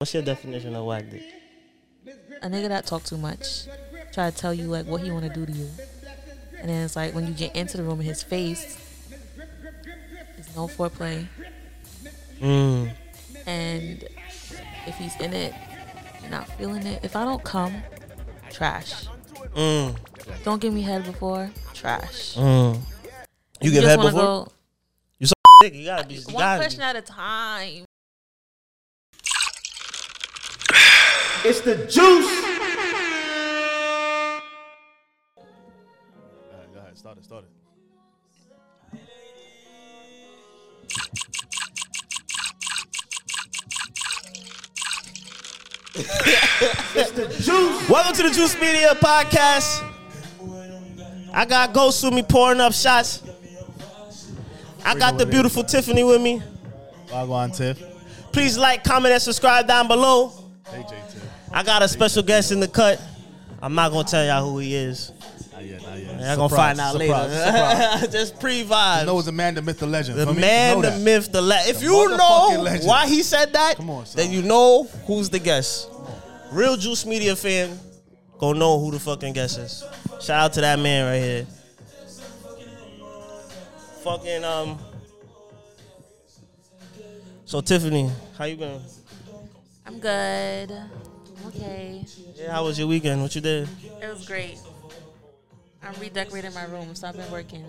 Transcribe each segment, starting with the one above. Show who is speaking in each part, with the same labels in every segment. Speaker 1: What's your definition of whack dick?
Speaker 2: a nigga that talk too much try to tell you like what he want to do to you and then it's like when you get into the room in his face there's no foreplay
Speaker 1: Mm.
Speaker 2: and if he's in it you're not feeling it if i don't come trash
Speaker 1: Mm.
Speaker 2: don't give me head before trash
Speaker 1: Mm. You give
Speaker 2: just
Speaker 1: head
Speaker 2: wanna
Speaker 1: before?
Speaker 2: go
Speaker 1: Dick, you gotta be. You
Speaker 2: one
Speaker 1: gotta
Speaker 2: question
Speaker 1: be.
Speaker 2: at a time
Speaker 3: It's the juice.
Speaker 4: All right, go ahead. Start it. Start it.
Speaker 1: Welcome to the Juice Media Podcast. I got Ghost with me pouring up shots. I got the beautiful Tiffany with me.
Speaker 4: Wagwan Tiff.
Speaker 1: Please like, comment, and subscribe down below.
Speaker 4: AJ Tiff.
Speaker 1: I got a special guest in the cut. I'm not gonna tell y'all who he is.
Speaker 4: Not yet. Not yet.
Speaker 1: Y'all gonna find out later. Just pre-vibe.
Speaker 4: no, it's Oh, a man, the myth, the legend.
Speaker 1: The
Speaker 4: For me,
Speaker 1: man,
Speaker 4: know
Speaker 1: the
Speaker 4: that.
Speaker 1: myth, the legend. If
Speaker 4: The
Speaker 1: you know
Speaker 4: motherfucking legend.
Speaker 1: why he said that,
Speaker 4: Come on, son.
Speaker 1: then you know who's the guest. Real Juice Media fan, go know who the fucking guest is. Shout out to that man right here. Fucking um. So Tiffany, how you been?
Speaker 2: i'm good okay
Speaker 1: Yeah, how was your weekend? What you did?
Speaker 2: it was great i'm redecorating my room so i've been working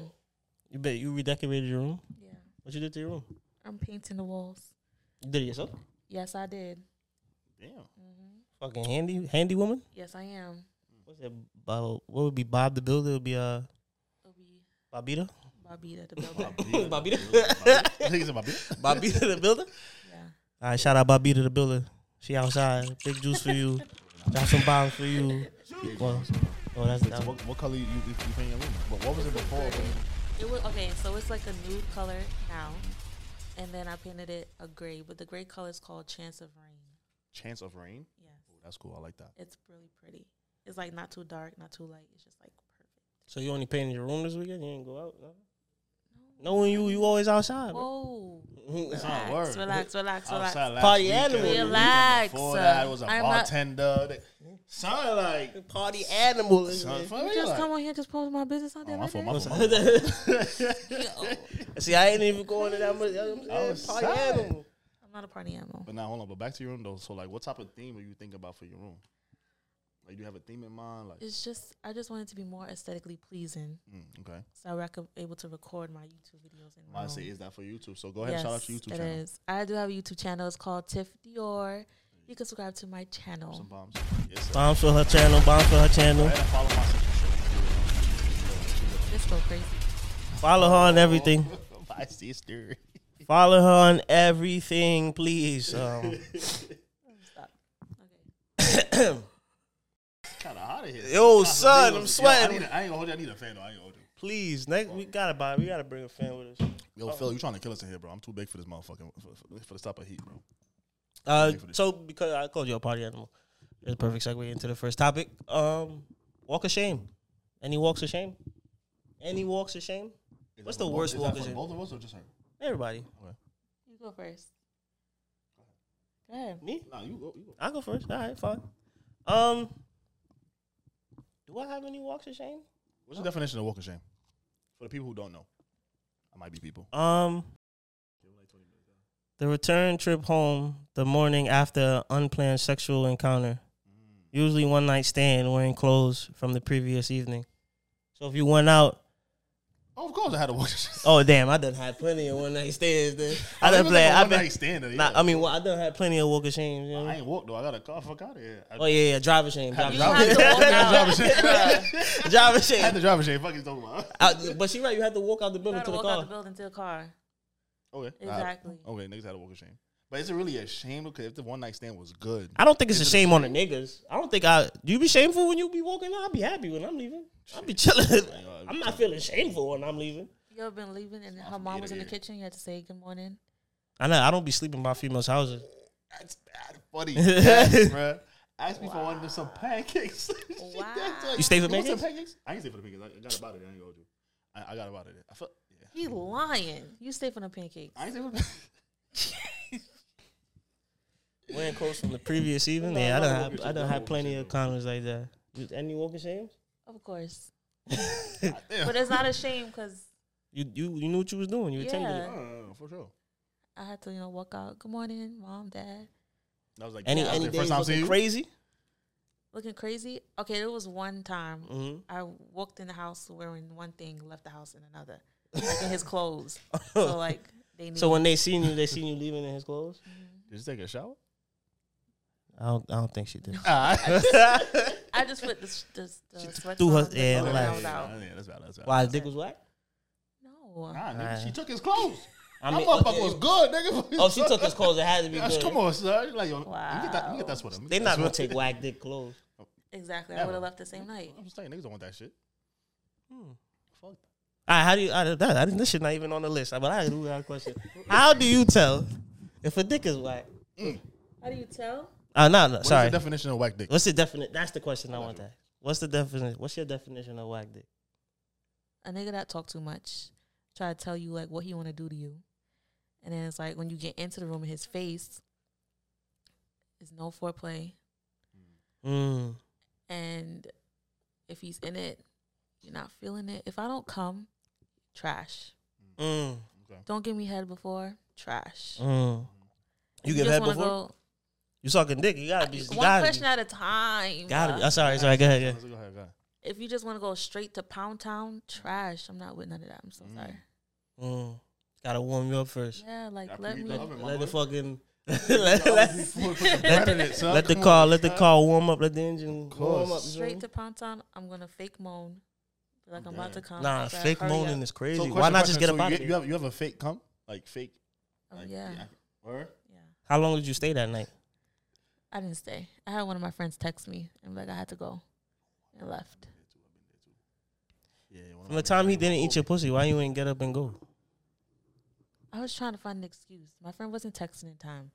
Speaker 1: You bet you redecorated your room.
Speaker 2: yeah
Speaker 1: What you did to your room?
Speaker 2: i'm painting the walls
Speaker 1: You did it yourself?
Speaker 2: yes i did
Speaker 1: Fucking handy, handy woman.
Speaker 2: yes i am
Speaker 1: What's that? Bob, what would be Bob the Builder? It would be uh
Speaker 2: it'll be
Speaker 1: Bobita.
Speaker 2: bobita the builder
Speaker 1: Bobita.
Speaker 4: Damn. Niggas in my bitch.
Speaker 1: Bobita the Builder.
Speaker 2: yeah
Speaker 1: All right, shout out Bobita the Builder. She outside. Big juice for you. Drop some bombs for you. Well, oh, that's
Speaker 4: So
Speaker 1: that one.
Speaker 4: what, what color you, you, you paint your room? What, what was it before?
Speaker 2: It was okay, so it's like a nude color now, and then I painted it a gray, but the gray color is called Chance of Rain.
Speaker 4: Chance of rain.
Speaker 2: Yes,
Speaker 4: That's cool. I like that.
Speaker 2: it's really pretty. It's like not too dark, not too light. It's just like perfect.
Speaker 1: So you only painted your room this weekend? You didn't go out? No. Knowing you, you always outside. bro.
Speaker 2: Whoa!
Speaker 1: That's
Speaker 4: not a
Speaker 2: Relax,
Speaker 4: word.
Speaker 2: relax, relax, relax.
Speaker 4: Outside last
Speaker 1: Party
Speaker 4: weekend,
Speaker 1: animal.
Speaker 4: the weekend
Speaker 2: Relax,
Speaker 4: Before
Speaker 2: uh,
Speaker 4: that, it was a
Speaker 2: I'm not-
Speaker 4: bartender. That sounded like.
Speaker 1: Party animal. in
Speaker 4: Sounded
Speaker 1: here.
Speaker 4: funny,
Speaker 2: Just
Speaker 4: like-
Speaker 2: come on here, just post my business out
Speaker 4: Oh,
Speaker 2: there.
Speaker 4: my
Speaker 2: like
Speaker 4: fault,
Speaker 2: that.
Speaker 4: my fault, my fault.
Speaker 1: See, I ain't even going to that much. you know what
Speaker 4: I
Speaker 1: I'm
Speaker 4: was
Speaker 1: saying? Party
Speaker 4: sad.
Speaker 1: animal.
Speaker 2: I'm not a party animal.
Speaker 4: But now, hold on. But back to your room, though. So, like, what type of theme are you thinking about for your room? Like, do you have a theme in mind? Like,
Speaker 2: It's just I just wanted to be more aesthetically pleasing,
Speaker 4: mm, okay.
Speaker 2: so I was able to record my YouTube videos in my
Speaker 4: I say,
Speaker 2: room.
Speaker 4: is that for YouTube? So go ahead, and shout out to
Speaker 2: Um, Yes,
Speaker 4: YouTube
Speaker 2: it
Speaker 4: channel.
Speaker 2: is. I do have a YouTube channel. It's called Tiff Dior. You can subscribe to my channel.
Speaker 4: Some bombs. Yes, sir.
Speaker 1: Bombs for her channel. Bombs for her channel.
Speaker 4: Go ahead and follow my sister.
Speaker 2: It's so crazy.
Speaker 1: Follow her on everything.
Speaker 4: my sister.
Speaker 1: Follow her on everything, please. Um,
Speaker 2: Stop. Okay.
Speaker 4: Kind of hot in here.
Speaker 1: Yo,
Speaker 4: Nah,
Speaker 1: son,
Speaker 4: nigga,
Speaker 1: I'm
Speaker 4: yo, I
Speaker 1: sweating.
Speaker 4: need a- I, ain't gonna hold you. I need a fan though. I ain't gonna hold you.
Speaker 1: please, next we gotta buy. We gotta bring a fan with us.
Speaker 4: Yo, Phil, you trying to kill us in here, bro? I'm too big for this motherfucking for, for, for this type of heat, bro.
Speaker 1: Uh,
Speaker 4: Thank you for this.
Speaker 1: so because I called you a party animal, it's a perfect segue into the first topic. Um, walk of shame. Any walks of shame? Any walks of shame?
Speaker 4: Is
Speaker 1: What's
Speaker 4: that
Speaker 1: the
Speaker 4: for
Speaker 1: worst
Speaker 4: both- is
Speaker 1: walk
Speaker 4: that
Speaker 1: of
Speaker 4: for
Speaker 1: shame?
Speaker 4: Both of us or just her?
Speaker 1: Everybody.
Speaker 2: You go first. Go ahead.
Speaker 1: Me?
Speaker 4: Nah, you go. You go.
Speaker 1: I go first. All right, fine. Um, do I have any walks of shame?
Speaker 4: What's the definition of walk of shame? For the people who don't know, I might be people.
Speaker 1: Um, the return trip home the morning after unplanned sexual encounter,
Speaker 4: Mm.
Speaker 1: usually one night stand wearing clothes from the previous evening. So if you went out
Speaker 4: Oh, of course, I had a walk of shame.
Speaker 1: Oh damn! I done had plenty of one night stands. Then I
Speaker 4: It
Speaker 1: done
Speaker 4: was
Speaker 1: played.
Speaker 4: Like a
Speaker 1: I
Speaker 4: one night
Speaker 1: been.
Speaker 4: stand. Yeah.
Speaker 1: Nah, I mean, well, I done had plenty of walk of shame. You know?
Speaker 4: I ain't walked though. I got a car. Fuck out of here. I
Speaker 1: oh yeah, yeah, driver shame, driver
Speaker 2: You
Speaker 1: shame,
Speaker 2: have to walk out.
Speaker 4: shame.
Speaker 1: driver
Speaker 4: I had
Speaker 1: shame.
Speaker 4: the driver shame. Fuck you talking about.
Speaker 1: I- but she right. You had to walk out the
Speaker 2: You
Speaker 1: building to
Speaker 2: gotta
Speaker 1: the
Speaker 2: walk out
Speaker 1: car.
Speaker 2: the building to the car.
Speaker 4: Okay.
Speaker 2: Exactly.
Speaker 4: Uh, okay, niggas had a walk of shame. But is it really a shame? Because if the one night stand was good,
Speaker 1: I don't think it's a shame on the niggas. I don't think I. Do you be shameful when you be walking? I'll be happy when I'm leaving. I'll be chilling. I'm not feeling shameful when I'm leaving.
Speaker 2: You ever been leaving and her
Speaker 4: from
Speaker 2: mom
Speaker 4: ear
Speaker 2: was
Speaker 4: to
Speaker 2: in the
Speaker 4: ear.
Speaker 2: kitchen? You had to say good morning.
Speaker 1: I know. I don't be sleeping by females' houses.
Speaker 4: that's bad funny. Yes, bruh. Ask me if I wanted some pancakes. She
Speaker 2: Wow.
Speaker 4: asked, like,
Speaker 1: You stay for
Speaker 4: want some
Speaker 1: pancakes?
Speaker 4: pancakes? I ain't stay for the pancakes. I, I got about it. I ain't gonna hold you. I, I got about it. I felt. Yeah.
Speaker 2: He lying. You stay for the pancakes.
Speaker 4: I ain't stay for the
Speaker 1: Wearing clothes from the previous evening. Yeah, I don't have. I don't have plenty of condoms like that. You- Any walking shame?
Speaker 2: Of course.
Speaker 4: Damn.
Speaker 2: But uh, it's not a shame because
Speaker 1: You you you knew what you was doing. You were tending it.
Speaker 2: Yeah.
Speaker 4: Uh, for sure.
Speaker 2: I had to, you know, walk out. Good morning, mom, dad.
Speaker 4: That was like
Speaker 1: Any
Speaker 4: that was
Speaker 1: any
Speaker 4: the
Speaker 1: day you looking
Speaker 4: you?
Speaker 1: crazy?
Speaker 2: Looking crazy. Okay, there was one time
Speaker 4: Mm.
Speaker 1: Mm-hmm.
Speaker 2: I walked in the house wearing one thing, left the house in another, like in his clothes. Mm-hmm. So like they knew.
Speaker 1: So when they seen you, they seen you leaving in his clothes.
Speaker 4: Did you take a shower?
Speaker 1: I don't. I don't think she did.
Speaker 2: I just put this, this the sweatshirt
Speaker 1: threw her-
Speaker 2: on,
Speaker 1: yeah,
Speaker 2: and I
Speaker 1: like-
Speaker 2: was out.
Speaker 4: yeah, that's bad. That's bad.
Speaker 1: Why his dick was whack?
Speaker 2: No,
Speaker 4: Nah, nigga,
Speaker 1: Alright.
Speaker 4: she took his clothes.
Speaker 1: I
Speaker 4: that
Speaker 1: mean,
Speaker 4: motherfucker
Speaker 1: okay.
Speaker 4: was good, nigga.
Speaker 1: Oh, she took his clothes. It had to be
Speaker 4: Yes,
Speaker 1: good.
Speaker 4: come on, sir. Like, yo, you get that,
Speaker 2: Wow.
Speaker 4: you get that sweater.
Speaker 1: They not
Speaker 4: That's
Speaker 1: gonna
Speaker 4: what-
Speaker 1: take whack dick clothes.
Speaker 2: exactly. I
Speaker 4: Never.
Speaker 2: would have left the same night.
Speaker 4: I'm just saying, niggas don't want that shit. Fuck.
Speaker 1: All right, how do you? I, that, I, this shit not even on the list. But I do have a question. How do you tell if a dick is whack?
Speaker 2: How do you tell?
Speaker 1: Oh no, no,
Speaker 4: What's
Speaker 1: sorry.
Speaker 4: the definition of whack dick?
Speaker 1: What's the definite? That's the question I want to ask. What's the definition? What's your definition of whack dick?
Speaker 2: A nigga that talk too much, try to tell you like what he want to do to you, and then it's like when you get into the room in his face, it's no foreplay,
Speaker 1: Mm.
Speaker 2: and if he's in it, you're not feeling it. If I don't come, trash.
Speaker 1: Mm.
Speaker 2: Don't give me head before, trash.
Speaker 1: Mm. You give
Speaker 2: just
Speaker 1: head
Speaker 2: wanna
Speaker 1: before
Speaker 2: go-
Speaker 1: you sucking dick. You gotta be. You
Speaker 2: Uh, one
Speaker 1: gotta
Speaker 2: question
Speaker 1: be.
Speaker 2: at a time.
Speaker 1: Gotta be.
Speaker 2: bruh.
Speaker 1: Oh, sorry, sorry. Go ahead. Go ahead.
Speaker 4: Go ahead, go ahead.
Speaker 2: If you just want to go straight to Pound Town, trash. I'm not with none of that. I'm so sorry.
Speaker 1: Mm. Gotta warm you up first.
Speaker 2: Yeah, like
Speaker 4: Gotta
Speaker 2: let
Speaker 4: preheat
Speaker 2: me.
Speaker 4: the oven.
Speaker 1: Let the fucking. let, let,
Speaker 4: Put the bread in it, son.
Speaker 1: let the
Speaker 4: Come
Speaker 1: car.
Speaker 4: on,
Speaker 1: Let the
Speaker 4: son.
Speaker 1: car warm up. Let the engine
Speaker 4: course.
Speaker 1: warm up. you know?
Speaker 2: straight to Pound Town. I'm gonna fake moan, Be like I'm about to come.
Speaker 1: Nah,
Speaker 2: Bruh,
Speaker 1: fake
Speaker 2: hurry
Speaker 1: moaning
Speaker 2: up.
Speaker 1: is crazy.
Speaker 4: So,
Speaker 1: Why
Speaker 4: question,
Speaker 1: not just get
Speaker 4: question. So
Speaker 1: up out
Speaker 4: you,
Speaker 1: of
Speaker 4: get-
Speaker 1: there?
Speaker 4: you have you have a fake cum like fake.
Speaker 2: Oh,
Speaker 4: Like,
Speaker 2: yeah. yeah,
Speaker 4: Word?
Speaker 1: How long did you stay that night?
Speaker 4: Oh,
Speaker 2: I didn't stay. I had one of my friends text me and be like I had to go, and left.
Speaker 4: Yeah, Oh. one of
Speaker 1: From
Speaker 4: my
Speaker 1: the time he
Speaker 4: niggas
Speaker 1: didn't
Speaker 4: was
Speaker 1: eat your pussy, why you ain't get up and go?
Speaker 2: I was trying to find an excuse. My friend wasn't texting in time,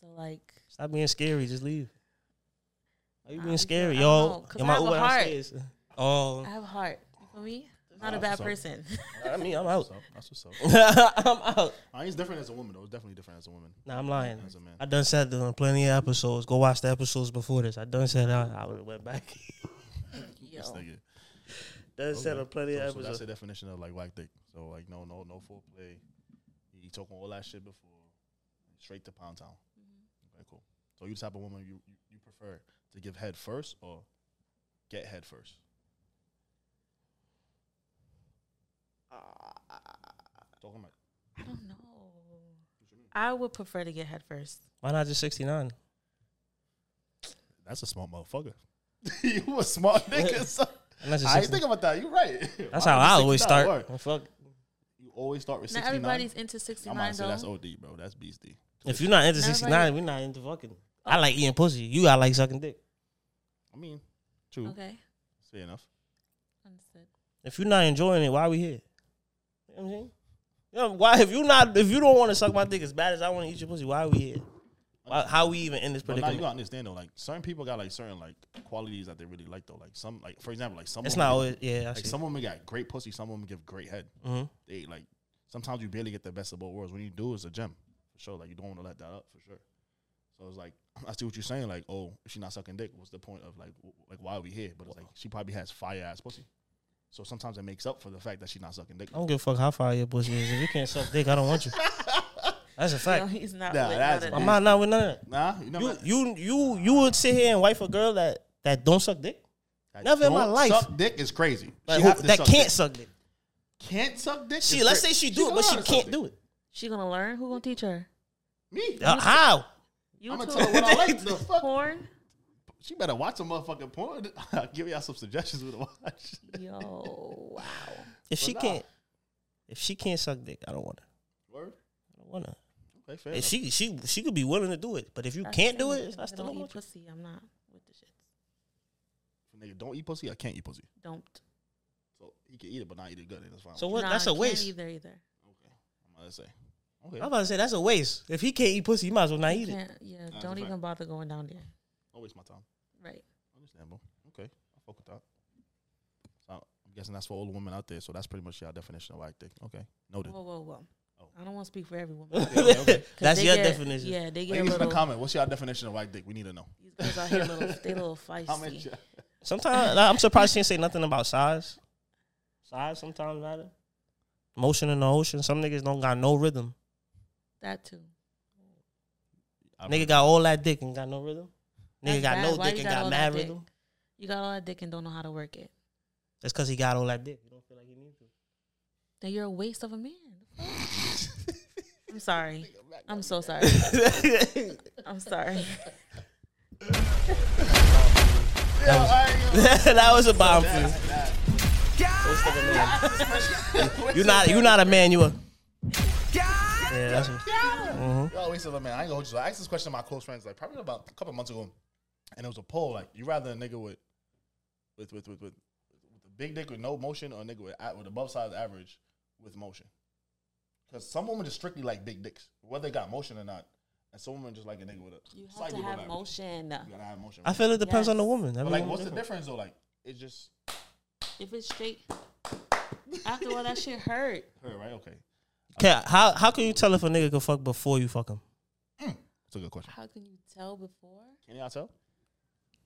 Speaker 2: so like
Speaker 1: Stop being scary. Just leave. Are you
Speaker 2: Nah,
Speaker 1: being
Speaker 2: I'm
Speaker 1: scary,
Speaker 2: good. I know,
Speaker 1: y'all?
Speaker 2: 'cause
Speaker 1: Am
Speaker 2: I
Speaker 1: I
Speaker 2: have a
Speaker 1: over
Speaker 2: heart.
Speaker 1: upstairs? Oh,
Speaker 2: I have a heart. You feel me? I'm not a bad person.
Speaker 1: I mean, I'm out.
Speaker 4: over. That's what's up.
Speaker 1: Oh. I'm out.
Speaker 4: Nah, He's different as a woman though. It's definitely different as a woman.
Speaker 1: Nah, I'm lying.
Speaker 4: As a man.
Speaker 1: I done said that on plenty of episodes. Go watch the episodes before this. I done said I, I would've went back.
Speaker 2: Yo.
Speaker 4: This nigga.
Speaker 1: done said on plenty
Speaker 4: So,
Speaker 1: of
Speaker 4: so that's
Speaker 1: episodes.
Speaker 4: the definition of like whack dick. So like no no no foreplay. He talking all that shit before. Straight to pound town.
Speaker 1: Mm-hmm.
Speaker 4: Okay, cool. So you the type of woman you, you, you prefer to give head first or get head first?
Speaker 1: Uh,
Speaker 4: Talking about
Speaker 2: I don't know. I would prefer to get head first.
Speaker 1: Why not just 69?
Speaker 4: that's a smart motherfucker. you a smart nigga. son.
Speaker 1: Why not just
Speaker 4: I
Speaker 1: 69?
Speaker 4: ain't think about that. You're right.
Speaker 1: That's
Speaker 4: Why
Speaker 1: how
Speaker 4: would you
Speaker 1: I always
Speaker 4: 69?
Speaker 1: start.
Speaker 4: Word.
Speaker 1: Well, fuck.
Speaker 4: You always start with
Speaker 2: Now
Speaker 4: 69.
Speaker 2: everybody's into
Speaker 4: I'm
Speaker 2: 69
Speaker 4: gonna say
Speaker 2: though.
Speaker 4: that's OD, bro. That's beastie.
Speaker 1: If you're not into
Speaker 2: Everybody-
Speaker 1: 69, we're not into fucking. I like eating pussy. You I like sucking dick.
Speaker 4: I mean, true.
Speaker 2: Okay,
Speaker 4: Fair enough.
Speaker 2: understood.
Speaker 1: If you're not enjoying it, why we here? You know what I'm saying? You know, why if you not if you don't want to suck my dick as bad as I want to eat your pussy, why we here? Why, how we even in this
Speaker 4: But now you
Speaker 1: predicament?
Speaker 4: gotta understand though, like certain people got like certain like qualities that they really like though. Like some, like for example, like some.
Speaker 1: It's
Speaker 4: women
Speaker 1: not
Speaker 4: give-
Speaker 1: always yeah. I
Speaker 4: like
Speaker 1: see.
Speaker 4: some women got great pussy, some women give great head.
Speaker 1: Mhm.
Speaker 4: They like sometimes you barely get the best of both worlds. When you do, it's a gem for sure. Like you don't want to let that up for sure. So it's like I see what you're saying. Like oh, if she's not sucking dick, what's the point of like w- like why are we here? But it's like she probably has fire ass pussy. So sometimes it makes up for the fact that she's not sucking dick.
Speaker 1: I don't give a fuck how far your pussy is. If you can't suck dick, I don't want you. That's a
Speaker 2: No,
Speaker 1: fact.
Speaker 2: he's not.
Speaker 4: Nah,
Speaker 2: with
Speaker 4: that's-
Speaker 2: none of
Speaker 1: I'm
Speaker 2: that.
Speaker 1: not not with none of
Speaker 4: Nah, you
Speaker 1: that.
Speaker 4: never.
Speaker 1: You you you you would sit here and wife a girl that that don't suck dick.
Speaker 4: that
Speaker 1: never in my
Speaker 4: don't
Speaker 1: life.
Speaker 4: Suck dick is crazy.
Speaker 1: Like,
Speaker 4: She
Speaker 1: who-
Speaker 4: have to
Speaker 1: that
Speaker 4: suck
Speaker 1: can't
Speaker 4: dick.
Speaker 1: suck dick.
Speaker 4: can't suck dick.
Speaker 1: She
Speaker 4: is
Speaker 1: let's say
Speaker 4: crazy.
Speaker 1: she do it,
Speaker 4: gonna
Speaker 1: but she
Speaker 4: learn to suck
Speaker 1: can't
Speaker 4: dick.
Speaker 1: do it.
Speaker 2: She gonna learn? Who gonna teach her?
Speaker 4: Me,
Speaker 1: Uh, how?
Speaker 2: You
Speaker 4: I'm gonna
Speaker 2: too.
Speaker 4: tell her what I like. The fuck?
Speaker 2: Porn?
Speaker 4: She better watch some motherfucking porn. I'll give y'all some suggestions with a watch.
Speaker 2: Yo, wow.
Speaker 1: If she
Speaker 4: nah.
Speaker 1: can't if she can't suck dick, I don't want her.
Speaker 4: Word.
Speaker 1: I don't want her.
Speaker 4: Okay, fair.
Speaker 1: If
Speaker 4: enough.
Speaker 1: she she she could be willing to do it, but if you can't do it, I
Speaker 2: I
Speaker 1: still
Speaker 2: don't
Speaker 1: don't
Speaker 2: eat
Speaker 1: want you.
Speaker 2: pussy. I'm not with the shit.
Speaker 4: Nigga, don't eat pussy. I can't eat pussy.
Speaker 2: Don't.
Speaker 4: So he can eat it, but not eat it good. and That's fine.
Speaker 1: So what?
Speaker 2: Nah,
Speaker 1: that's
Speaker 2: I
Speaker 1: a
Speaker 2: can't
Speaker 1: waste.
Speaker 2: Either, either.
Speaker 4: okay, I'm about to say.
Speaker 1: I'm
Speaker 4: Okay,
Speaker 1: about to say that's a waste. If he can't eat pussy, he might as well not eat it.
Speaker 2: Can't, yeah,
Speaker 4: That's
Speaker 2: don't
Speaker 4: a
Speaker 2: even
Speaker 4: fact.
Speaker 2: bother going down there.
Speaker 4: don't waste my time.
Speaker 2: Right.
Speaker 4: Understandable. Okay, I fuck with that. So I'm guessing that's for all the women out there. So that's pretty much your definition of whack dick. Okay, noted.
Speaker 2: Whoa, whoa, whoa. I don't want to speak for everyone.
Speaker 4: Yeah, okay, okay.
Speaker 1: Oh. That's your
Speaker 2: get,
Speaker 1: definition.
Speaker 2: Yeah, they get a
Speaker 4: Ladies in the
Speaker 2: little.
Speaker 4: comment, what's your definition of white dick? We need to know.
Speaker 2: These girls out here, little, they little feisty.
Speaker 4: How much?
Speaker 1: Sometimes I'm surprised she didn't say nothing about size. Size sometimes matter. Motion in the ocean. Some niggas don't got no rhythm.
Speaker 2: That too.
Speaker 4: I
Speaker 1: Nigga got all that dick and got no rhythm. Nigga
Speaker 2: That's
Speaker 1: got no
Speaker 2: bad. Why
Speaker 1: dick
Speaker 2: you
Speaker 1: and
Speaker 2: got
Speaker 1: got
Speaker 2: all
Speaker 1: mad
Speaker 2: that dick?
Speaker 1: rhythm.
Speaker 2: You got all that dick and don't know how to work it.
Speaker 1: That's because he got all that dick. You don't feel like he needs to.
Speaker 2: Then you're a waste of a man. I'm sorry. I'm so sorry. I'm sorry.
Speaker 1: that was a bomb for you. You're not. You're not a man. You a. Yeah, that's what- Mm-hmm.
Speaker 4: Yo, always man. I ain't gonna hold you. So I asked this question to my close friends, like probably about a couple months ago, and it was a poll. Like, you rather a nigga with, with, with, with, with, with a big dick with no motion, or a nigga with, a- with above size average with motion? Because some women just strictly like big dicks, whether they got motion or not, and some women just like a nigga with a
Speaker 2: You have
Speaker 4: slightly
Speaker 2: to
Speaker 4: above
Speaker 2: have
Speaker 4: average.
Speaker 2: motion.
Speaker 4: You gotta have motion.
Speaker 1: I feel it depends on the
Speaker 2: Yes.
Speaker 1: woman. Every
Speaker 4: but like,
Speaker 1: woman
Speaker 4: what's the
Speaker 1: different.
Speaker 4: difference though? Like, it's just
Speaker 2: If it's straight, after all that shit hurt.
Speaker 4: her, right? Okay,
Speaker 1: Okay, how how can you tell if a nigga can fuck before you fuck him?
Speaker 4: that's a good question.
Speaker 2: How can you tell before?
Speaker 4: Can y'all tell?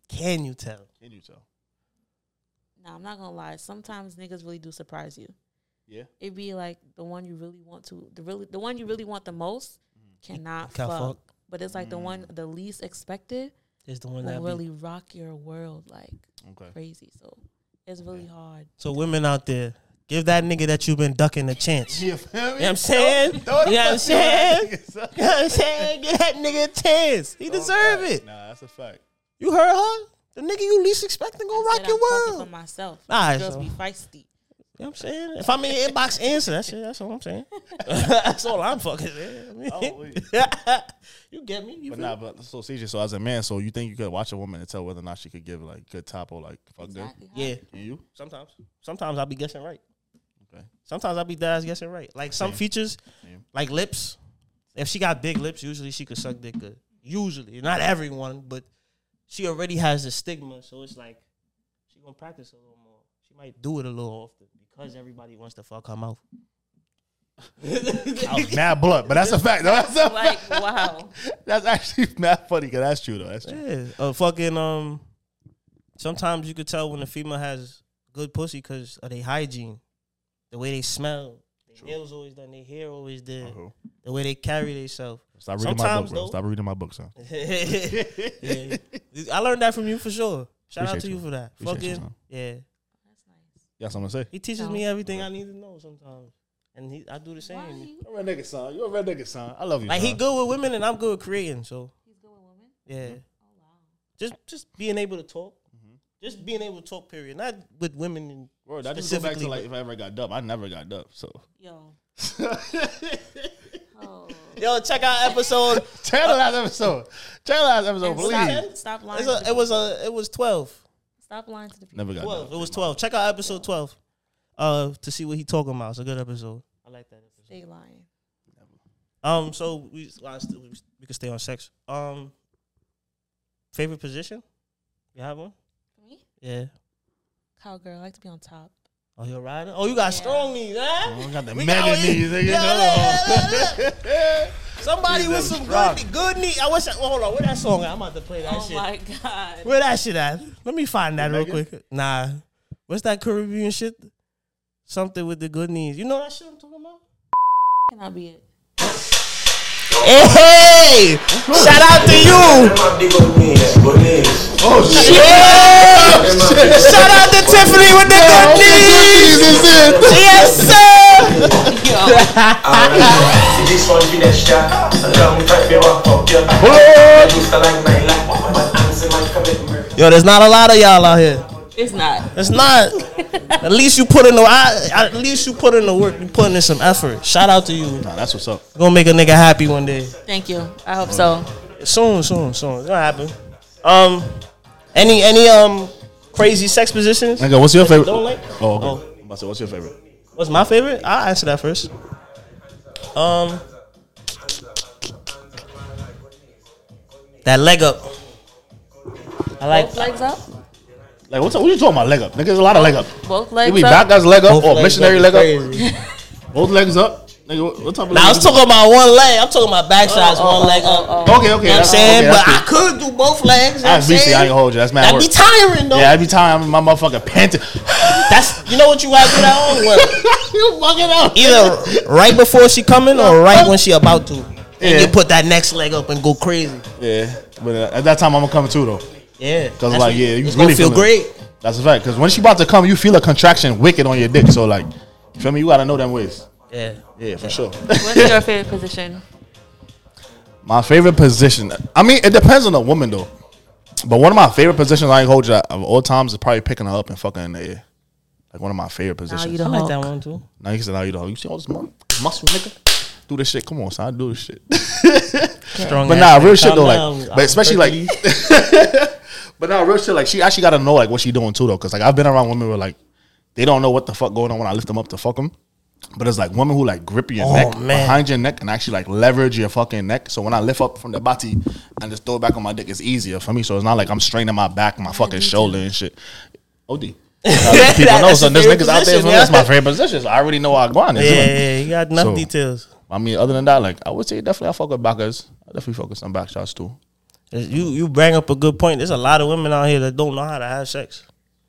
Speaker 1: Can you tell?
Speaker 4: Can you tell?
Speaker 2: Nah, I'm not gonna lie. Sometimes niggas really do surprise you.
Speaker 4: Yeah.
Speaker 2: It'd be like the one you really want to, the really, the one you really want the most,
Speaker 1: Mm.
Speaker 2: cannot
Speaker 1: Can't
Speaker 2: fuck.
Speaker 1: fuck.
Speaker 2: But it's like the one
Speaker 1: Mm.
Speaker 2: the least expected
Speaker 1: Is the one that
Speaker 2: will
Speaker 1: be-
Speaker 2: really rock your world like
Speaker 4: Okay.
Speaker 2: crazy. So it's really hard.
Speaker 1: So women out there, give that nigga that you've been ducking a chance. You
Speaker 4: You feel
Speaker 1: know what I'm saying? You know what I'm saying? You know what I'm saying? Give that nigga a chance. He deserve it.
Speaker 4: Nah, that's a fact.
Speaker 1: You heard her? The nigga you least expecting gonna
Speaker 2: I
Speaker 1: rock
Speaker 2: said
Speaker 1: your
Speaker 2: I'm fucking
Speaker 1: world.
Speaker 2: For myself,
Speaker 1: All right,
Speaker 2: girls
Speaker 1: so-
Speaker 2: be feisty.
Speaker 1: You know what I'm saying? If I'm in your inbox answer, that's it. That's all I'm saying. that's all I'm fucking saying. I mean,
Speaker 4: Oh, wait.
Speaker 1: you get me? You
Speaker 4: But
Speaker 1: feel
Speaker 4: nah, but so CJ, so as a man, so you think you could watch a woman and tell whether or not she could give like good top or like fuck them?
Speaker 2: Exactly.
Speaker 1: me? Yeah.
Speaker 4: Can you?
Speaker 1: Sometimes. Sometimes I'll be guessing right.
Speaker 4: Okay.
Speaker 1: Sometimes I'll be dead ass guessing right. Like some features,
Speaker 4: Same.
Speaker 1: like lips. If she got big lips, usually she could suck dick good. Usually. Not everyone, but she already has the stigma, so it's like she gonna practice a little more. She might do it a little often because everybody wants to fuck her mouth.
Speaker 4: I was mad blood, but that's a fact. though. That's a,
Speaker 2: Like wow,
Speaker 4: that's actually mad funny because that's true though. That's true.
Speaker 1: Yeah. Uh, fucking um sometimes you could tell when a female has good pussy because of their hygiene. The way they smell. Their nails always done, their hair always did.
Speaker 4: Uh-huh.
Speaker 1: The way they carry themselves.
Speaker 4: Stop reading my book,
Speaker 1: Sometimes,
Speaker 4: bro.
Speaker 1: though-
Speaker 4: Stop reading my book, son.
Speaker 1: yeah. I learned that from you for sure. Shout out to
Speaker 4: Appreciate
Speaker 1: you.
Speaker 4: you.
Speaker 1: for that.
Speaker 4: Appreciate you,
Speaker 1: Fucking
Speaker 4: son.
Speaker 1: yeah.
Speaker 4: You got something to say?
Speaker 1: He teaches
Speaker 2: No.
Speaker 1: me everything I need to know sometimes, and he, I do the same.
Speaker 2: why you?
Speaker 4: You're a red nigga, son. You're a red nigga, son. I love you.
Speaker 1: Like he good with women, and I'm good with creating. So
Speaker 2: He's good with women.
Speaker 1: yeah,
Speaker 2: Oh wow,
Speaker 1: just just being able to talk, just being able to talk. Period. Not with women. And
Speaker 4: Bro, that just go back to
Speaker 1: specifically,
Speaker 4: like if I ever got dubbed. I never got dubbed. So
Speaker 2: yo. oh,
Speaker 1: yo, check out episode.
Speaker 4: tell the last episode. Tell the last episode,
Speaker 2: And
Speaker 4: please.
Speaker 2: stop, stop lying.
Speaker 1: it's
Speaker 2: to
Speaker 1: a,
Speaker 2: the
Speaker 1: it was a it was twelve.
Speaker 2: Stop lying to the people.
Speaker 4: Never got
Speaker 1: Twelve.
Speaker 4: dubbed.
Speaker 1: It was twelve. Check out episode twelve, uh, to see what he talking about. It's a good episode. I like that episode.
Speaker 2: Stay lying.
Speaker 1: Um, so we well, I still- we we could stay on sex. Um, favorite position? You have one?
Speaker 2: For me,
Speaker 1: Yeah.
Speaker 2: cowgirl. I like to be on top.
Speaker 1: Oh, you're riding. Oh, you got strong knees, huh?
Speaker 4: I Oh, got the
Speaker 1: We
Speaker 4: mega
Speaker 1: got-
Speaker 4: knees, nigga.
Speaker 1: Yo, look, look, look, look. Somebody
Speaker 4: He's
Speaker 1: with
Speaker 4: them
Speaker 1: some
Speaker 4: strong.
Speaker 1: good, good knees. I wish. I, well, hold on. Where that song? At? I'm about to play that
Speaker 2: Oh
Speaker 1: shit.
Speaker 2: my god.
Speaker 1: Where that shit at? Let me find that real
Speaker 4: Megan?
Speaker 1: quick. Nah. What's that Caribbean shit? Something with the good knees. You know that shit I'm talking about?
Speaker 2: Cannot be it.
Speaker 1: Hey! Shout out to you.
Speaker 4: Oh shit!
Speaker 1: Shout out to Tiffany with the good knees. Yes, sir. Yo, there's not a lot of y'all out here.
Speaker 2: It's not.
Speaker 1: It's not. At least you put in the. I, at least you put in the work. You putting in some effort. Shout out to you.
Speaker 4: Nah, that's what's up.
Speaker 1: Gonna make a nigga happy one day.
Speaker 2: Thank you. I hope so.
Speaker 1: Soon, soon, soon. It's gonna happen. Um, any any um crazy sex positions?
Speaker 4: Nigga, what's your favorite?
Speaker 1: Don't like.
Speaker 4: Oh, okay. I'm about to say, what's your favorite?
Speaker 1: What's my favorite? I'll answer that first. Um, that leg up. I like
Speaker 2: Both legs up.
Speaker 4: Like, what's up? What you talking about? Leg up. Nigga, there's a lot of leg up.
Speaker 2: Both
Speaker 4: If
Speaker 2: legs
Speaker 4: we
Speaker 2: up.
Speaker 4: back guys Oh, leg up
Speaker 1: Both
Speaker 4: or
Speaker 1: legs
Speaker 4: missionary
Speaker 1: up
Speaker 4: leg
Speaker 1: is
Speaker 4: up. Both legs up. Nigga, what, what type of
Speaker 1: Now I was talking about one leg. I'm talking about back sides, one leg up.
Speaker 4: Okay, okay.
Speaker 1: You know what I'm
Speaker 4: that's-
Speaker 1: saying?
Speaker 4: okay,
Speaker 1: but
Speaker 4: that's
Speaker 1: I
Speaker 4: good.
Speaker 1: could do both legs. You know what I'm
Speaker 4: I be I can
Speaker 1: saying?
Speaker 4: hold you. That's mad
Speaker 1: That'd
Speaker 4: work.
Speaker 1: be tiring though.
Speaker 4: yeah, every time my motherfucker panting.
Speaker 1: That's you know what you gotta do that on one.
Speaker 4: you fucking up.
Speaker 1: Either right before she coming or right when she about to. And
Speaker 4: Yeah.
Speaker 1: you put that next leg up and go crazy.
Speaker 4: Yeah, but uh, at that time I'm gonna come too though.
Speaker 1: Yeah.
Speaker 4: Cause
Speaker 1: That's
Speaker 4: like
Speaker 1: what-
Speaker 4: yeah, you
Speaker 1: it's
Speaker 4: really
Speaker 1: gonna feel
Speaker 4: feeling it.
Speaker 1: great.
Speaker 4: That's a fact. Cause when she about to come, you feel a contraction wicked on your dick. So like, you feel me? You gotta know them ways.
Speaker 1: Yeah.
Speaker 4: Yeah, for sure.
Speaker 2: What's your favorite position?
Speaker 4: my favorite position. I mean, it depends on the woman though. But one of my favorite positions I ain't hold you of all times is probably picking her up and fucking in the air. Like one of my favorite
Speaker 2: Now you
Speaker 4: positions.
Speaker 2: the
Speaker 1: I like
Speaker 2: Hulk.
Speaker 1: that one too.
Speaker 4: Now you said, "Now you the hoe." You see all this mu- muscle, nigga. Do this shit. Come on, son. Do this shit.
Speaker 1: Strong
Speaker 4: But
Speaker 1: ass
Speaker 4: nah,
Speaker 1: leg.
Speaker 4: real shit
Speaker 1: Calm
Speaker 4: though,
Speaker 1: down.
Speaker 4: like, but
Speaker 1: I'm thirty.
Speaker 4: especially like, but nah, real shit, like, she actually got to know like what she doing too though, because like I've been around women where like they don't know what the fuck going on when I lift them up to fuck them, but it's like women who like grip your
Speaker 1: Oh,
Speaker 4: neck
Speaker 1: man.
Speaker 4: behind your neck and actually like leverage your fucking neck. So when I lift up from the body and just throw it back on my dick, it's easier for me. So it's not like I'm straining my back, my fucking shoulder and shit. Od. People know,
Speaker 1: That's
Speaker 4: so
Speaker 1: your
Speaker 4: there's
Speaker 1: favorite
Speaker 4: niggas out there.
Speaker 1: position,
Speaker 4: for me, That's
Speaker 1: yeah.
Speaker 4: my favorite position. So I already know how I go on.
Speaker 1: Yeah, yeah, yeah, you got enough
Speaker 4: So-
Speaker 1: details.
Speaker 4: I mean, other than that, like I would say definitely I fuck with backers. I definitely fuck with some back shots too.
Speaker 1: You you bring up a good point. There's a lot of women out here that don't know how to have sex.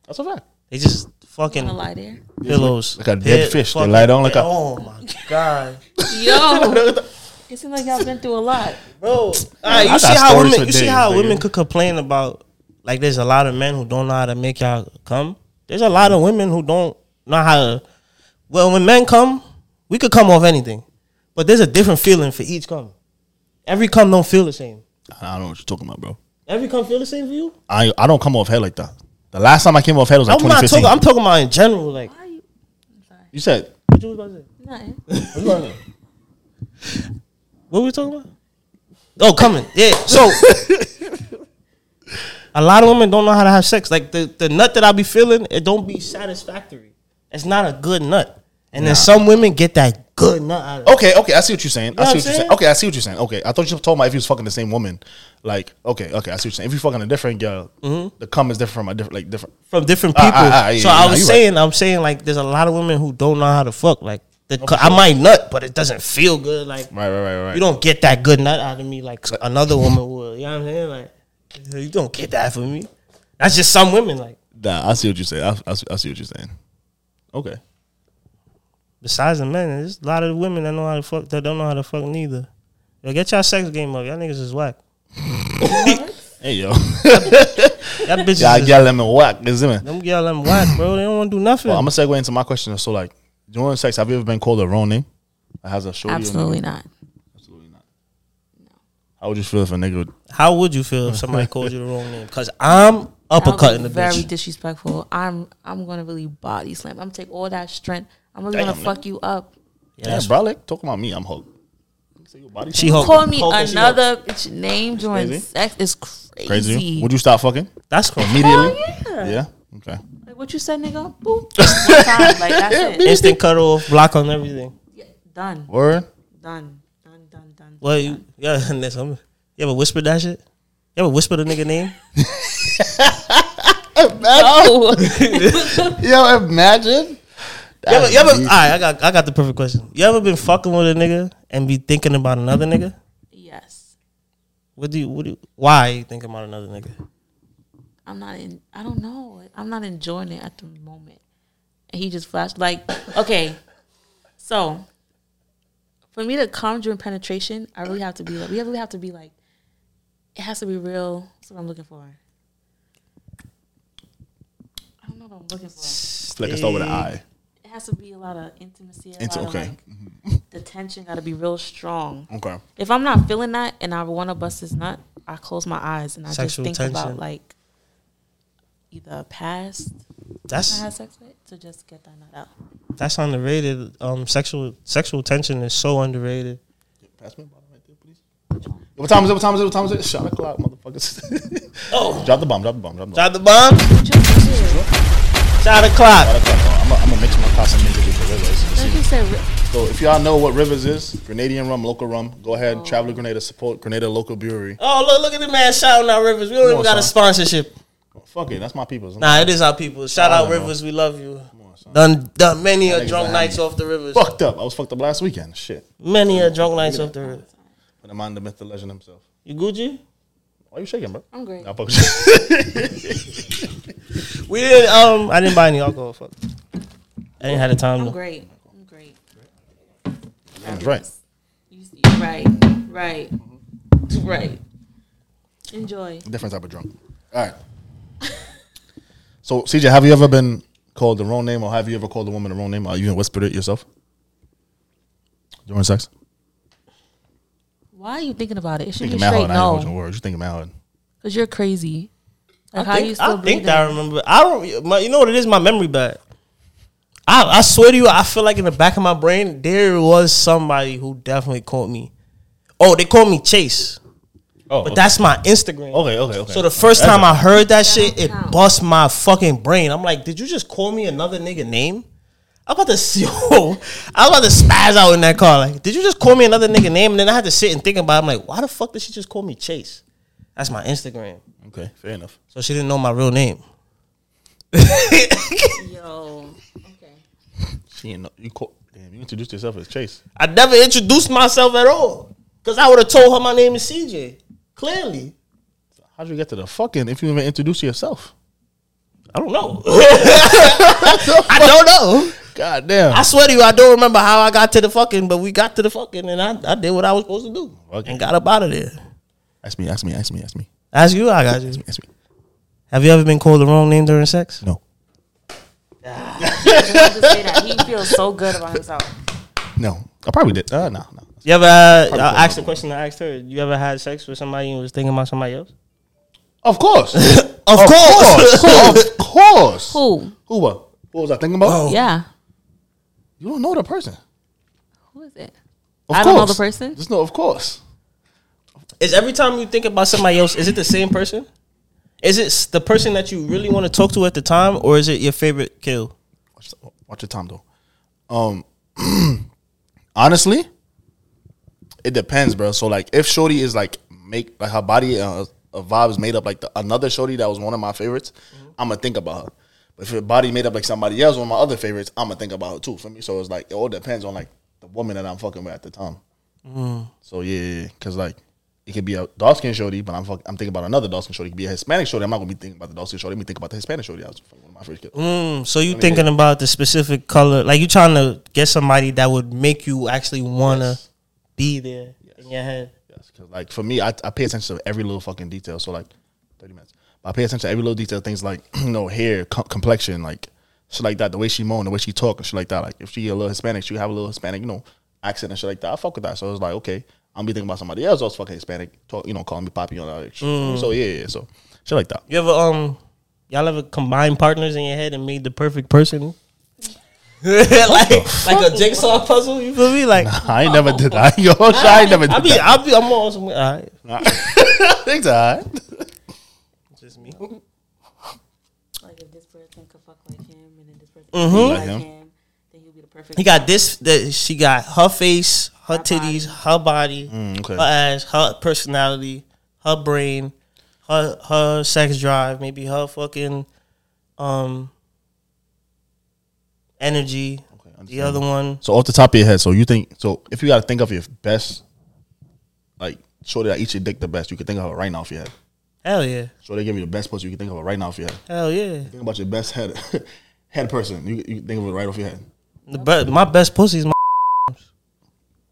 Speaker 4: That's a fact.
Speaker 1: They just
Speaker 2: Wanna
Speaker 1: fucking
Speaker 2: lie there?
Speaker 1: pillows.
Speaker 4: like a dead
Speaker 1: Head
Speaker 4: fish. They
Speaker 1: fucking-
Speaker 4: lie down like a-
Speaker 1: Oh my god,
Speaker 2: Yo, it seems like y'all been through a lot.
Speaker 1: bro! All right, you
Speaker 4: got
Speaker 1: see how
Speaker 4: stories
Speaker 1: women
Speaker 4: for
Speaker 1: you see
Speaker 4: days,
Speaker 1: how
Speaker 4: nigga.
Speaker 1: women could complain about like there's a lot of men who don't know how to make y'all come. There's a lot of women who don't know how to. Well, when men come, we could come off anything, but there's a different feeling for each come. Every come don't feel the same.
Speaker 4: I don't know what you're talking about, bro.
Speaker 1: Every come feel the same for you.
Speaker 4: I I don't come off head like that. The last time I came off head was like
Speaker 1: I'm not
Speaker 4: 2015.
Speaker 1: talking. I'm talking about in general. Like
Speaker 2: Why are you
Speaker 4: you said
Speaker 1: what you was about to say.
Speaker 2: not?
Speaker 1: What were we talking about? Oh, coming. Yeah. So a lot of women don't know how to have sex. Like the, the nut that I be feeling, it don't be satisfactory. It's not a good nut. And then some women get that good nut out of it.
Speaker 4: okay, okay. I see what you're saying.
Speaker 1: know
Speaker 4: I
Speaker 1: what
Speaker 4: see what
Speaker 1: I'm
Speaker 4: you're saying.
Speaker 1: saying?
Speaker 4: Okay, I see what you're saying. Okay, I thought you told me if you was fucking the same woman. Like, okay, okay, I see what you're saying. If you fucking a different girl,
Speaker 1: Mm-hmm.
Speaker 4: the cum is different from a different, like different.
Speaker 1: from different
Speaker 4: Ah,
Speaker 1: people.
Speaker 4: ah, ah, yeah,
Speaker 1: so
Speaker 4: yeah,
Speaker 1: I
Speaker 4: nah,
Speaker 1: was
Speaker 4: you right.
Speaker 1: saying, I'm saying like there's a lot of women who don't know how to fuck. Like the, I might nut, but it doesn't feel good. Like
Speaker 4: Right, right, right, right.
Speaker 1: you don't get that good nut out of me like another woman would. You know what I'm saying? Like you don't get that from me. That's just some women. Like
Speaker 4: Nah, I see what you're saying. I, I, see- I see what you're saying. Okay.
Speaker 1: besides the men, there's a lot of women that know how to fuck that don't know how to fuck neither. Yo, get y'all sex game up. Y'all niggas is whack.
Speaker 4: Hey yo,
Speaker 1: Y'all bitches
Speaker 4: y'all
Speaker 1: is
Speaker 4: y'all let me whack. Is it man?
Speaker 1: them y'all them whack, bro. They don't want to do nothing.
Speaker 4: Well, I'm gonna segue into my question. So like, during sex, have you ever been called a wrong name? That has a shorty. or nigga?
Speaker 2: Absolutely not.
Speaker 4: Absolutely not. How would you feel if a nigga would
Speaker 1: How would you feel if somebody called you the wrong name? Because I'm uppercutting
Speaker 2: That
Speaker 1: the
Speaker 2: would be very
Speaker 1: bitch.
Speaker 2: disrespectful. I'm I'm gonna really body slam. I'm gonna take all that strength. I'm really gonna
Speaker 4: Damn,
Speaker 2: fuck you up.
Speaker 1: Yeah,
Speaker 4: Yeah,
Speaker 1: that's-
Speaker 4: bro, like talking about me, I'm Hulk. Say your body
Speaker 1: She Hulk.
Speaker 4: count.
Speaker 2: Call me
Speaker 1: Hulk and she Hulk.
Speaker 2: another bitch name during
Speaker 4: Crazy.
Speaker 2: sex is crazy.
Speaker 4: crazy. Would you stop fucking
Speaker 1: That's crazy.
Speaker 4: immediately?
Speaker 2: yeah.
Speaker 4: Yeah. Okay.
Speaker 2: Like what you said, nigga? Boop. One time, like that's it.
Speaker 1: Instant cut off, block on everything.
Speaker 2: Yeah, done.
Speaker 4: Word.
Speaker 2: Done. Done. Done. Done.
Speaker 1: Well, you, yeah, and that's- I'm- you ever whispered that shit? You ever whispered a nigga name?
Speaker 2: No.
Speaker 4: Yo, imagine.
Speaker 1: You ever, you ever, all right, I got, I got the perfect question. You ever been fucking with a nigga and be thinking about another nigga?
Speaker 2: yes.
Speaker 1: What do you, what do you, why you thinking about another nigga?
Speaker 2: I'm not in. I don't know. I'm not enjoying it at the moment. And he just flashed like, okay. So, for me to come during penetration, I really have to be like, we really have to be like, it has to be real. That's what I'm looking for. I don't know what I'm looking for.
Speaker 4: Like it's over the eye.
Speaker 2: It has to be a lot of intimacy. A
Speaker 4: It's
Speaker 2: lot
Speaker 4: okay.
Speaker 2: Of like, the tension got to be real strong.
Speaker 4: Okay.
Speaker 2: If I'm not feeling that and I want to bust this nut, I close my eyes and I
Speaker 1: Sexual
Speaker 2: just think
Speaker 1: tension.
Speaker 2: about like either a past I
Speaker 1: That's
Speaker 2: had sex with to just get that nut out.
Speaker 1: that's underrated. Um, sexual sexual tension is so underrated.
Speaker 4: Pass me a bottle right there, please. What time is it? What time is it? What time is it? Shot o'clock, motherfuckers. oh. Drop the bomb. Drop the bomb. Drop the bomb.
Speaker 1: Shot the bomb, shot the
Speaker 4: Shot
Speaker 1: clock.
Speaker 4: o'clock. Oh, I'm gonna- I'm gonna mix my class and music with the rivers.
Speaker 2: Like you said, re-
Speaker 4: So if y'all know what rivers is, Grenadian rum, local rum. Go
Speaker 2: Oh.
Speaker 4: ahead, traveler Grenada support Grenada local brewery.
Speaker 1: Oh look, look at the man shouting out Rivers. We don't even
Speaker 4: on,
Speaker 1: got a
Speaker 4: son.
Speaker 1: sponsorship.
Speaker 4: Fuck it, that's my people's.
Speaker 1: Nah, it is our people. Shout
Speaker 4: I
Speaker 1: out
Speaker 4: don't know.
Speaker 1: Rivers, we love you.
Speaker 4: Come on, son.
Speaker 1: Done, done many a
Speaker 4: niggas
Speaker 1: drunk
Speaker 4: behind
Speaker 1: nights
Speaker 4: me.
Speaker 1: off the rivers.
Speaker 4: Fucked up. I was fucked up last weekend. Shit.
Speaker 1: Many a drunk nights off the river.
Speaker 4: But the man, the myth, the legend himself.
Speaker 1: You Gucci?
Speaker 4: Why you shaking, bro?
Speaker 2: I'm great.
Speaker 4: Nah, fuck with
Speaker 1: We didn't. Um, I didn't buy any alcohol. Fuck. I ain't had the time.
Speaker 2: I'm
Speaker 1: though.
Speaker 2: great. I'm great.
Speaker 4: you. That's right.
Speaker 2: You see, right, right, right. Enjoy.
Speaker 4: Different type of drunk. All right. so, CJ, have you ever been called the wrong name, or have you ever called a woman the wrong name, or you even whispered it yourself during sex?
Speaker 2: Why are you thinking about it? It should be
Speaker 4: Thinking mad
Speaker 2: straight
Speaker 4: hard. I ain't watching
Speaker 2: no,
Speaker 4: words. You thinking mad hard?
Speaker 2: because you're crazy. Like how
Speaker 1: I
Speaker 2: you
Speaker 1: think,
Speaker 2: still
Speaker 1: I, think
Speaker 2: breathing?
Speaker 1: I remember. I don't. My, you know what it is? My memory bad. I, I swear to you, I feel like in the back of my brain there was somebody who definitely called me. Oh, they called me Chase,
Speaker 4: Oh,
Speaker 1: but that's my Instagram.
Speaker 4: okay, okay, okay.
Speaker 1: So the first time I heard that shit, it
Speaker 2: don't count.
Speaker 1: bust my fucking brain. I'm like, did you just call me another nigga name? I'm about to see. I'm about to spaz out in that car. Like, did you just call me another nigga name? And then I had to sit and think about. it. I'm like, why the fuck did she just call me Chase? That's my Instagram.
Speaker 4: okay, fair enough.
Speaker 1: So she didn't know my real name.
Speaker 2: Yo, okay.
Speaker 4: She ain't know you call. Damn, you introduced yourself as Chase.
Speaker 1: I never introduced myself at all. Cause I would have told her my name is CJ. Clearly.
Speaker 4: How'd you get to the fucking if you even introduced yourself?
Speaker 1: I don't know. I don't know.
Speaker 4: God damn.
Speaker 1: I swear to you, I don't remember how I got to the fucking, but we got to the fucking and I, I did what I was supposed to do.
Speaker 4: Okay.
Speaker 1: And got up out of there.
Speaker 4: ask me, ask me, ask me, ask me,
Speaker 1: Ask you, I got you.
Speaker 4: ask me.
Speaker 1: Have you ever been called the wrong name during sex?
Speaker 4: No,
Speaker 2: I just say that he feels so good about himself.
Speaker 4: no. I probably did. Uh, no, no.
Speaker 1: You ever had, I asked the question I asked her, you ever had sex with somebody and was thinking about somebody else?
Speaker 4: Of course, of
Speaker 1: Of, course.
Speaker 4: course, of course.
Speaker 2: Who?
Speaker 4: Who what? What was I thinking about?
Speaker 1: Oh.
Speaker 2: Yeah.
Speaker 4: You don't know the person.
Speaker 2: Who is it?
Speaker 4: Of
Speaker 2: I
Speaker 4: course.
Speaker 2: don't know the person.
Speaker 4: Just know, of course.
Speaker 1: Is every time you think about somebody else, is it the same person? Is it s- the person that you really want to talk to at the time, or is it your favorite kill?
Speaker 4: Watch, watch your time though. Um, honestly, it depends, bro. So like, if Shorty is like make like her body uh, a vibe is made up like the, another Shorty that was one of my favorites, I'm gonna think about her. But if her body made up like somebody else, one of my other favorites, I'm gonna think about her too. For me, so it's like it all depends on like the woman that I'm fucking with at the time. So yeah, yeah, yeah. cause like it could be a dark skin shorty, but I'm fuck, I'm thinking about another dark skin shorty. It could be a Hispanic shorty. I'm not gonna be thinking about the dark skin shorty. I'm gonna think about the Hispanic shorty. I was fucking with my first kid.
Speaker 1: Mm, so you thinking about the specific color, like you trying to get somebody that would make you actually wanna be there in your head.
Speaker 4: Yes, because like for me, I, I pay attention to every little fucking detail. So like, thirty minutes. But I pay attention to every little detail. Things like you know hair, com- complexion, like shit like that. The way she moan, the way she talk, and shit like that. Like if she a little Hispanic, she have a little Hispanic, you know, accent and shit like that. I fuck with that. So it's like okay, I'm be thinking about somebody else that's fucking Hispanic, talk, you know, calling me poppy on that. Like, shit. So yeah, Mm. yeah, so shit like that.
Speaker 1: You ever um, y'all ever combine partners in your head and made the perfect person? like like a jigsaw puzzle, you feel me? Like
Speaker 4: I ain't never did that. Yo, I ain't never did
Speaker 1: I be
Speaker 4: that.
Speaker 1: I be I'm on some. All right,
Speaker 4: Things alright.
Speaker 1: just me.
Speaker 2: Like if this person could fuck like him, and then this person could fuck
Speaker 4: Like
Speaker 2: like
Speaker 4: him.
Speaker 2: him. then he'll be the perfect.
Speaker 1: Mm-hmm. He got this. The, she got her face, her titties, her body,
Speaker 4: Mm, okay.
Speaker 1: her ass, her personality, her brain, her her sex drive, maybe her fucking um energy. the other one,
Speaker 4: So off the top of your head, so you think so if you gotta think of your best like shorty that eats your dick the best, you can think of it right now off your head.
Speaker 1: hell yeah,
Speaker 4: So they give you the best pussy, you can think of it right now off your head.
Speaker 1: hell yeah.
Speaker 4: Think about your best head head person. You you can think of it right off your head.
Speaker 1: The be- my best pussy is my.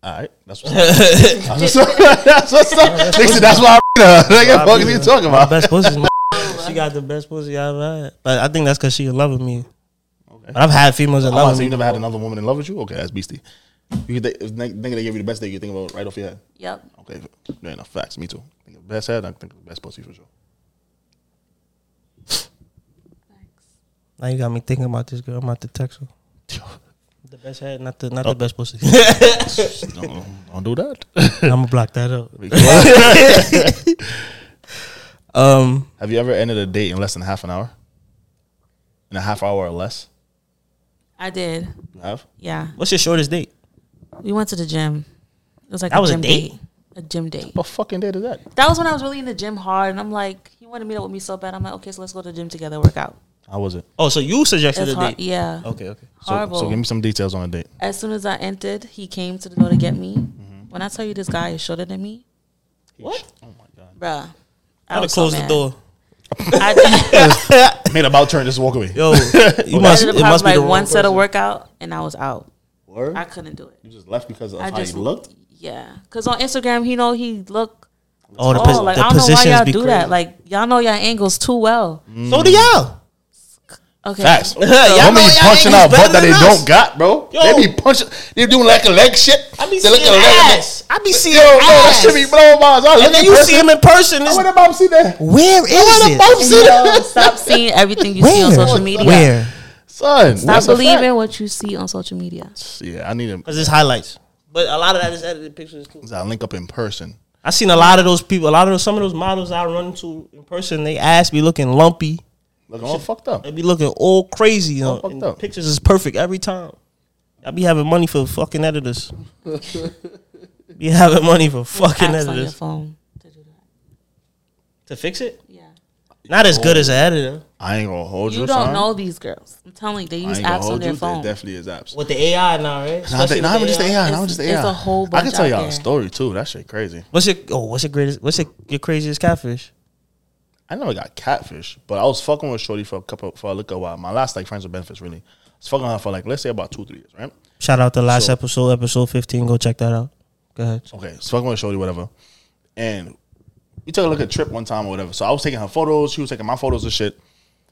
Speaker 4: Alright. That's what's up. That's what's up. That's what's up. Nigga said, That's why I her. Nigga, fuck is you talking
Speaker 1: My
Speaker 4: about?
Speaker 1: best pussy is my. she got the best pussy I ever had, but I think that's because she in love with me. But I've had females in
Speaker 4: I'm about to
Speaker 1: love
Speaker 4: say you
Speaker 1: with me.
Speaker 4: never had another woman in love with you? Okay, that's beastie. You can think, if they- think they give you the best thing, you think about it right off your head.
Speaker 2: Yep.
Speaker 4: Okay, fair enough. Facts, me too. Think of the best head, I think of the best pussy for sure.
Speaker 1: Now you got me thinking about this girl. I'm about to text her. The best head, not the not the best pussy.
Speaker 4: don't, don't do that.
Speaker 1: I'm gonna block that up.
Speaker 4: Have
Speaker 1: Um,
Speaker 4: you ever ended a date in less than half an hour? In a half hour or less?
Speaker 2: I did.
Speaker 4: You have?
Speaker 2: Yeah.
Speaker 1: what's your shortest date?
Speaker 2: We went to the gym. It was like
Speaker 1: That
Speaker 2: a
Speaker 1: was a
Speaker 2: gym
Speaker 1: date?
Speaker 2: A gym date.
Speaker 4: What fucking date is that?
Speaker 2: That was when I was really in the gym hard, and I'm like, he wanted to meet up with me so bad. I'm like, okay, so let's go to the gym together, work out.
Speaker 4: How was it?
Speaker 1: Oh, so you suggested
Speaker 2: It's
Speaker 1: a
Speaker 2: hor-
Speaker 1: date?
Speaker 2: yeah,
Speaker 1: Okay, okay.
Speaker 4: So,
Speaker 2: horrible.
Speaker 4: So give me some details on the date.
Speaker 2: as soon as I entered, he came to the door to get me.
Speaker 1: Mm-hmm.
Speaker 2: When I tell you this guy is shorter than me, What?
Speaker 4: Oh my god.
Speaker 2: bruh.
Speaker 1: I would
Speaker 2: was
Speaker 1: have
Speaker 2: so
Speaker 1: closed the
Speaker 2: mad.
Speaker 1: door.
Speaker 2: I,
Speaker 4: Made about turn. Just walk away.
Speaker 1: Yo, you
Speaker 2: I
Speaker 1: must.
Speaker 2: did
Speaker 1: It must be
Speaker 2: probably
Speaker 1: the
Speaker 2: like
Speaker 1: wrong
Speaker 2: one set of
Speaker 1: person.
Speaker 2: workout and I was out.
Speaker 4: Word?
Speaker 2: I couldn't do it.
Speaker 4: You just left because of
Speaker 2: I
Speaker 4: how
Speaker 2: just
Speaker 4: you looked.
Speaker 2: Yeah, because on Instagram, he know he look.
Speaker 1: Oh, the,
Speaker 2: oh,
Speaker 1: pos-
Speaker 2: like
Speaker 1: the
Speaker 2: I don't know why
Speaker 1: positions
Speaker 2: y'all
Speaker 1: be
Speaker 2: do
Speaker 1: crazy. Mm.
Speaker 2: that. Like y'all know y'all angles too well.
Speaker 1: so do y'all.
Speaker 2: Okay.
Speaker 4: Facts.
Speaker 1: y'all
Speaker 4: Women be punching out butt that they
Speaker 1: don't
Speaker 4: don't got, bro.
Speaker 1: Yo.
Speaker 4: They be punching. They doing like a leg shit.
Speaker 1: I be
Speaker 4: They look
Speaker 1: seeing
Speaker 4: at leg.
Speaker 1: ass. I be
Speaker 4: Yo,
Speaker 1: seeing
Speaker 4: yo, that
Speaker 1: ass.
Speaker 4: shit be blowing my eyes. I look
Speaker 1: and
Speaker 4: at
Speaker 1: then you
Speaker 4: person.
Speaker 1: see him in person. It's,
Speaker 4: Where the mom see that?
Speaker 1: where is
Speaker 4: Where the
Speaker 1: it?
Speaker 4: mom see
Speaker 2: Yo,
Speaker 4: that?
Speaker 2: stop seeing everything you see on
Speaker 1: Where?
Speaker 2: social media.
Speaker 1: Where?
Speaker 4: Son,
Speaker 2: Stop
Speaker 4: that's a
Speaker 2: believing what you see on social media.
Speaker 4: fact. Yeah, I need him.
Speaker 1: Because it's highlights. But a lot of that is edited pictures too.
Speaker 4: I link up in person.
Speaker 1: I seen a lot of those people. A lot of those, some of those models I run into in person, they ass be looking lumpy.
Speaker 4: Look, all fucked up.
Speaker 1: They be looking all crazy. You know,
Speaker 4: fucked
Speaker 1: and
Speaker 4: up.
Speaker 1: pictures is perfect every time. I be having money for fucking editors. be having money for fucking
Speaker 2: Apps on your
Speaker 1: editors
Speaker 2: phone to do that.
Speaker 1: to fix it.
Speaker 2: Yeah.
Speaker 1: Not as good as an editor
Speaker 4: I ain't gonna hold you.
Speaker 2: You don't
Speaker 4: son.
Speaker 2: know these girls. I'm telling you, they
Speaker 4: I
Speaker 2: use
Speaker 4: ain't gonna
Speaker 2: apps on
Speaker 4: hold you.
Speaker 2: their
Speaker 4: There
Speaker 2: phone.
Speaker 4: definitely is apps.
Speaker 1: with the AI now, right?
Speaker 4: Nah,
Speaker 1: Especially
Speaker 4: they- Not even
Speaker 1: with
Speaker 4: just
Speaker 1: the
Speaker 4: the
Speaker 1: AI.
Speaker 4: AI, not
Speaker 2: It's-
Speaker 4: even just the AI.
Speaker 2: it's a whole
Speaker 4: I can
Speaker 2: bunch
Speaker 4: tell
Speaker 2: out
Speaker 4: y'all
Speaker 2: there.
Speaker 4: a story too. That shit crazy.
Speaker 1: What's your oh? What's your greatest? What's your, your craziest catfish?
Speaker 4: I never got catfish, but I was fucking with Shorty for a couple for a little while. My last like friends with benefits really. I was fucking with her for like let's say about two three years, right?
Speaker 1: Shout out to last
Speaker 4: So-
Speaker 1: episode, episode fifteen. Go check that out. Go ahead.
Speaker 4: Okay, so fucking with Shorty, whatever. And we took a look at trip one time or whatever. So I was taking her photos, she was taking my photos and shit.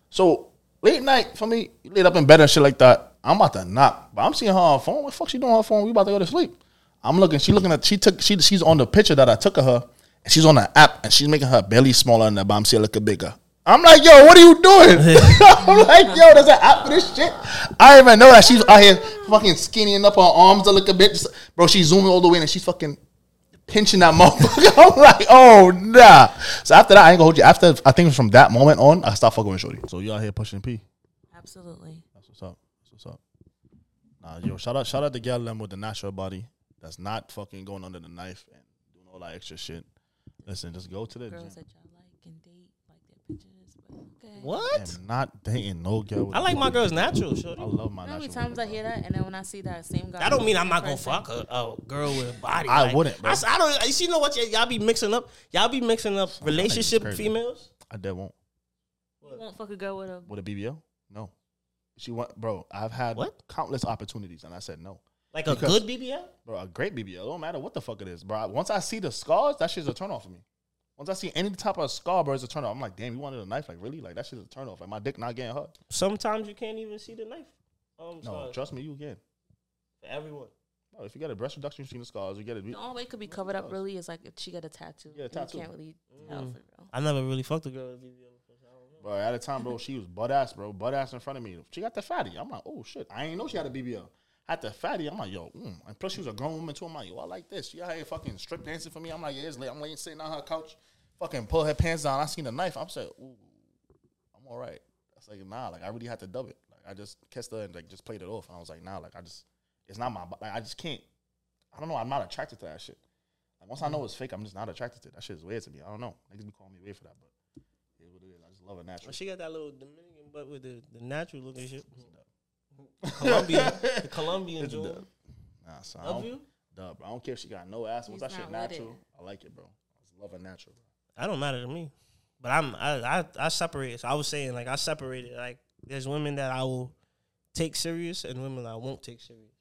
Speaker 4: So late night for me, laid up in bed and shit like that. I'm about to knock, but I'm seeing her on her phone. What the fuck she doing on her phone? We about to go to sleep. I'm looking. She looking at. She took. She she's on the picture that I took of her, and she's on the app, and she's making her belly smaller and the bum see looking bigger. I'm like, yo, what are you doing? I'm like, yo, there's an app for this shit. I didn't even know that she's out here fucking skinnying up her arms to look a bit. Bro, she's zooming all the way in and she's fucking pinching that motherfucker. I'm like, oh nah. So after that, I ain't gonna hold you. After I think from that moment on, I stopped fucking with Shorty. So you out here pushing P.
Speaker 2: Absolutely.
Speaker 4: That's what's up. That's what's up. Nah, yo, shout out, shout out to gal them with the natural body that's not fucking going under the knife and doing all that extra shit. Listen, just go to the gym.
Speaker 2: Girls that y'all like and date like their pictures. But okay.
Speaker 1: What?
Speaker 4: I'm not dating no girl. with-
Speaker 1: I like my girls natural.
Speaker 4: I
Speaker 1: Shorty.
Speaker 4: love my
Speaker 2: You know how many
Speaker 4: natural.
Speaker 2: times I
Speaker 4: body,
Speaker 2: hear that, and then when I see that same guy,
Speaker 1: That don't mean I'm not gonna
Speaker 2: person-
Speaker 1: fuck a, a girl with a body.
Speaker 4: I
Speaker 1: Like,
Speaker 4: wouldn't, bro.
Speaker 1: I, s- I don't. I- You know what? y- Y'all be mixing up. Y'all be mixing up relationship
Speaker 4: crazy.
Speaker 1: females.
Speaker 4: bro. I dead won't.
Speaker 2: You won't fuck a girl with a.
Speaker 4: With a BBL? No. She went, bro. I've had
Speaker 1: What?
Speaker 4: countless opportunities, and I said no.
Speaker 1: Like a
Speaker 4: Because-
Speaker 1: good BBL.
Speaker 4: Bro, a great BBL. It don't matter what the fuck it is, bro. I- Once I see the scars, that shit's a turn off for me. Once I see any type of scar, bro, it's a turn off. I'm like, damn, you wanted a knife? Like, really? Like, that shit's a turn off. Like, my dick not getting hurt.
Speaker 1: Sometimes you can't even see the knife. Um,
Speaker 4: No,
Speaker 1: sorry,
Speaker 4: trust me, you can.
Speaker 1: for everyone.
Speaker 4: Bro, if you get a breast reduction, you seen the scars. You get it.
Speaker 2: The only way it could be covered up really is like if she got a tattoo.
Speaker 4: Yeah,
Speaker 2: and
Speaker 4: tattoo.
Speaker 2: You
Speaker 4: Mm.
Speaker 2: can't really tell for real.
Speaker 1: I never really fucked a girl with a BBL. before, so I don't know.
Speaker 4: Bro, at a time, bro, she was butt ass, bro. Butt ass in front of me. She got the fatty. I'm like, oh, shit. I ain't know she had a BBL. At the fatty, I'm like, yo, mm. and plus she was a grown woman too. I'm like, yo, I like this. She out here fucking strip dancing for me. I'm like, yeah, it's late. I'm laying sitting on her couch, fucking pull her pants down. I seen a knife. I'm saying, ooh, I'm all right. That's like, nah, like I really had to dub it. Like I just kissed her and like just played it off. I was like, nah, like I just, it's not my, bo- like I just can't. I don't know. I'm not attracted to that shit. Like once I know it's fake, I'm just not attracted to it. That shit is weird to me. I don't know. Niggas be calling me weird for that, but it is what it is. I just love it natural.
Speaker 1: Well, she got that little Dominican butt with the, the natural looking shit. Colombian, the Colombian
Speaker 4: It's a
Speaker 1: jewel.
Speaker 4: dub. Nah, so I
Speaker 1: Love
Speaker 4: don't,
Speaker 1: you.
Speaker 4: dub. I don't care if she got no ass. Once
Speaker 2: He's
Speaker 4: that shit
Speaker 2: not with
Speaker 4: natural, I like it, bro. I just love it natural.
Speaker 1: I don't matter to me, but I'm I I, I separate. So I was saying like I separated. Like there's women that I will take serious and women that I won't take serious.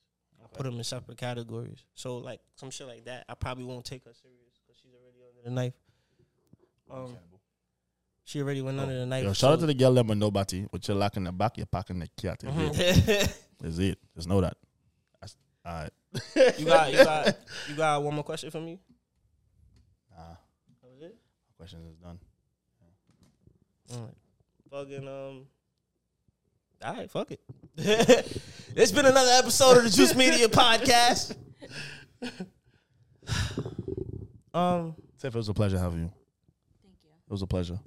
Speaker 1: I put them in separate categories. So like some shit like that, I probably won't take her serious because she's already under the knife. Um, she already went under the knife.
Speaker 4: Oh. Yo, shout out to the girl that with nobody. With your lock in the back, you're packing the cat. That's
Speaker 1: Mm-hmm.
Speaker 4: it.
Speaker 1: the.
Speaker 4: That's it. Just know that. That's, all right.
Speaker 1: you got you got you got one more question for me.
Speaker 4: Nah,
Speaker 1: That was it.
Speaker 4: questions is done.
Speaker 1: Alright. Fucking um. All right, fuck it. it's been another episode of the Juice Media Podcast. um,
Speaker 4: Tiff, it was a pleasure having you.
Speaker 2: Thank you.
Speaker 4: It was a pleasure.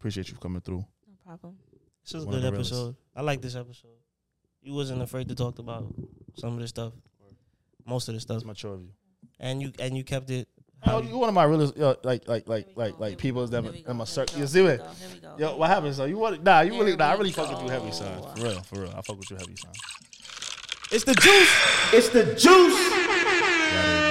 Speaker 4: Appreciate you coming through.
Speaker 2: No problem.
Speaker 1: this was a
Speaker 4: One of
Speaker 1: good
Speaker 4: the realest.
Speaker 1: episode. I like this episode. You wasn't afraid to talk about some of this stuff, most of the stuff,
Speaker 4: That's mature of you.
Speaker 1: and you and you kept it
Speaker 4: Oh, you one of my realest, yo, like, like, like, like, like, people is that I'm a certain. You see it?
Speaker 2: Oh,
Speaker 4: Yo, what happened? So you want? Nah, you
Speaker 2: There
Speaker 4: really, nah, I
Speaker 2: we
Speaker 4: really fuck with you
Speaker 2: go.
Speaker 4: heavy, son. For real, for real, I fuck with you heavy, son.
Speaker 5: It's the juice.
Speaker 3: It's the juice.
Speaker 4: Yeah,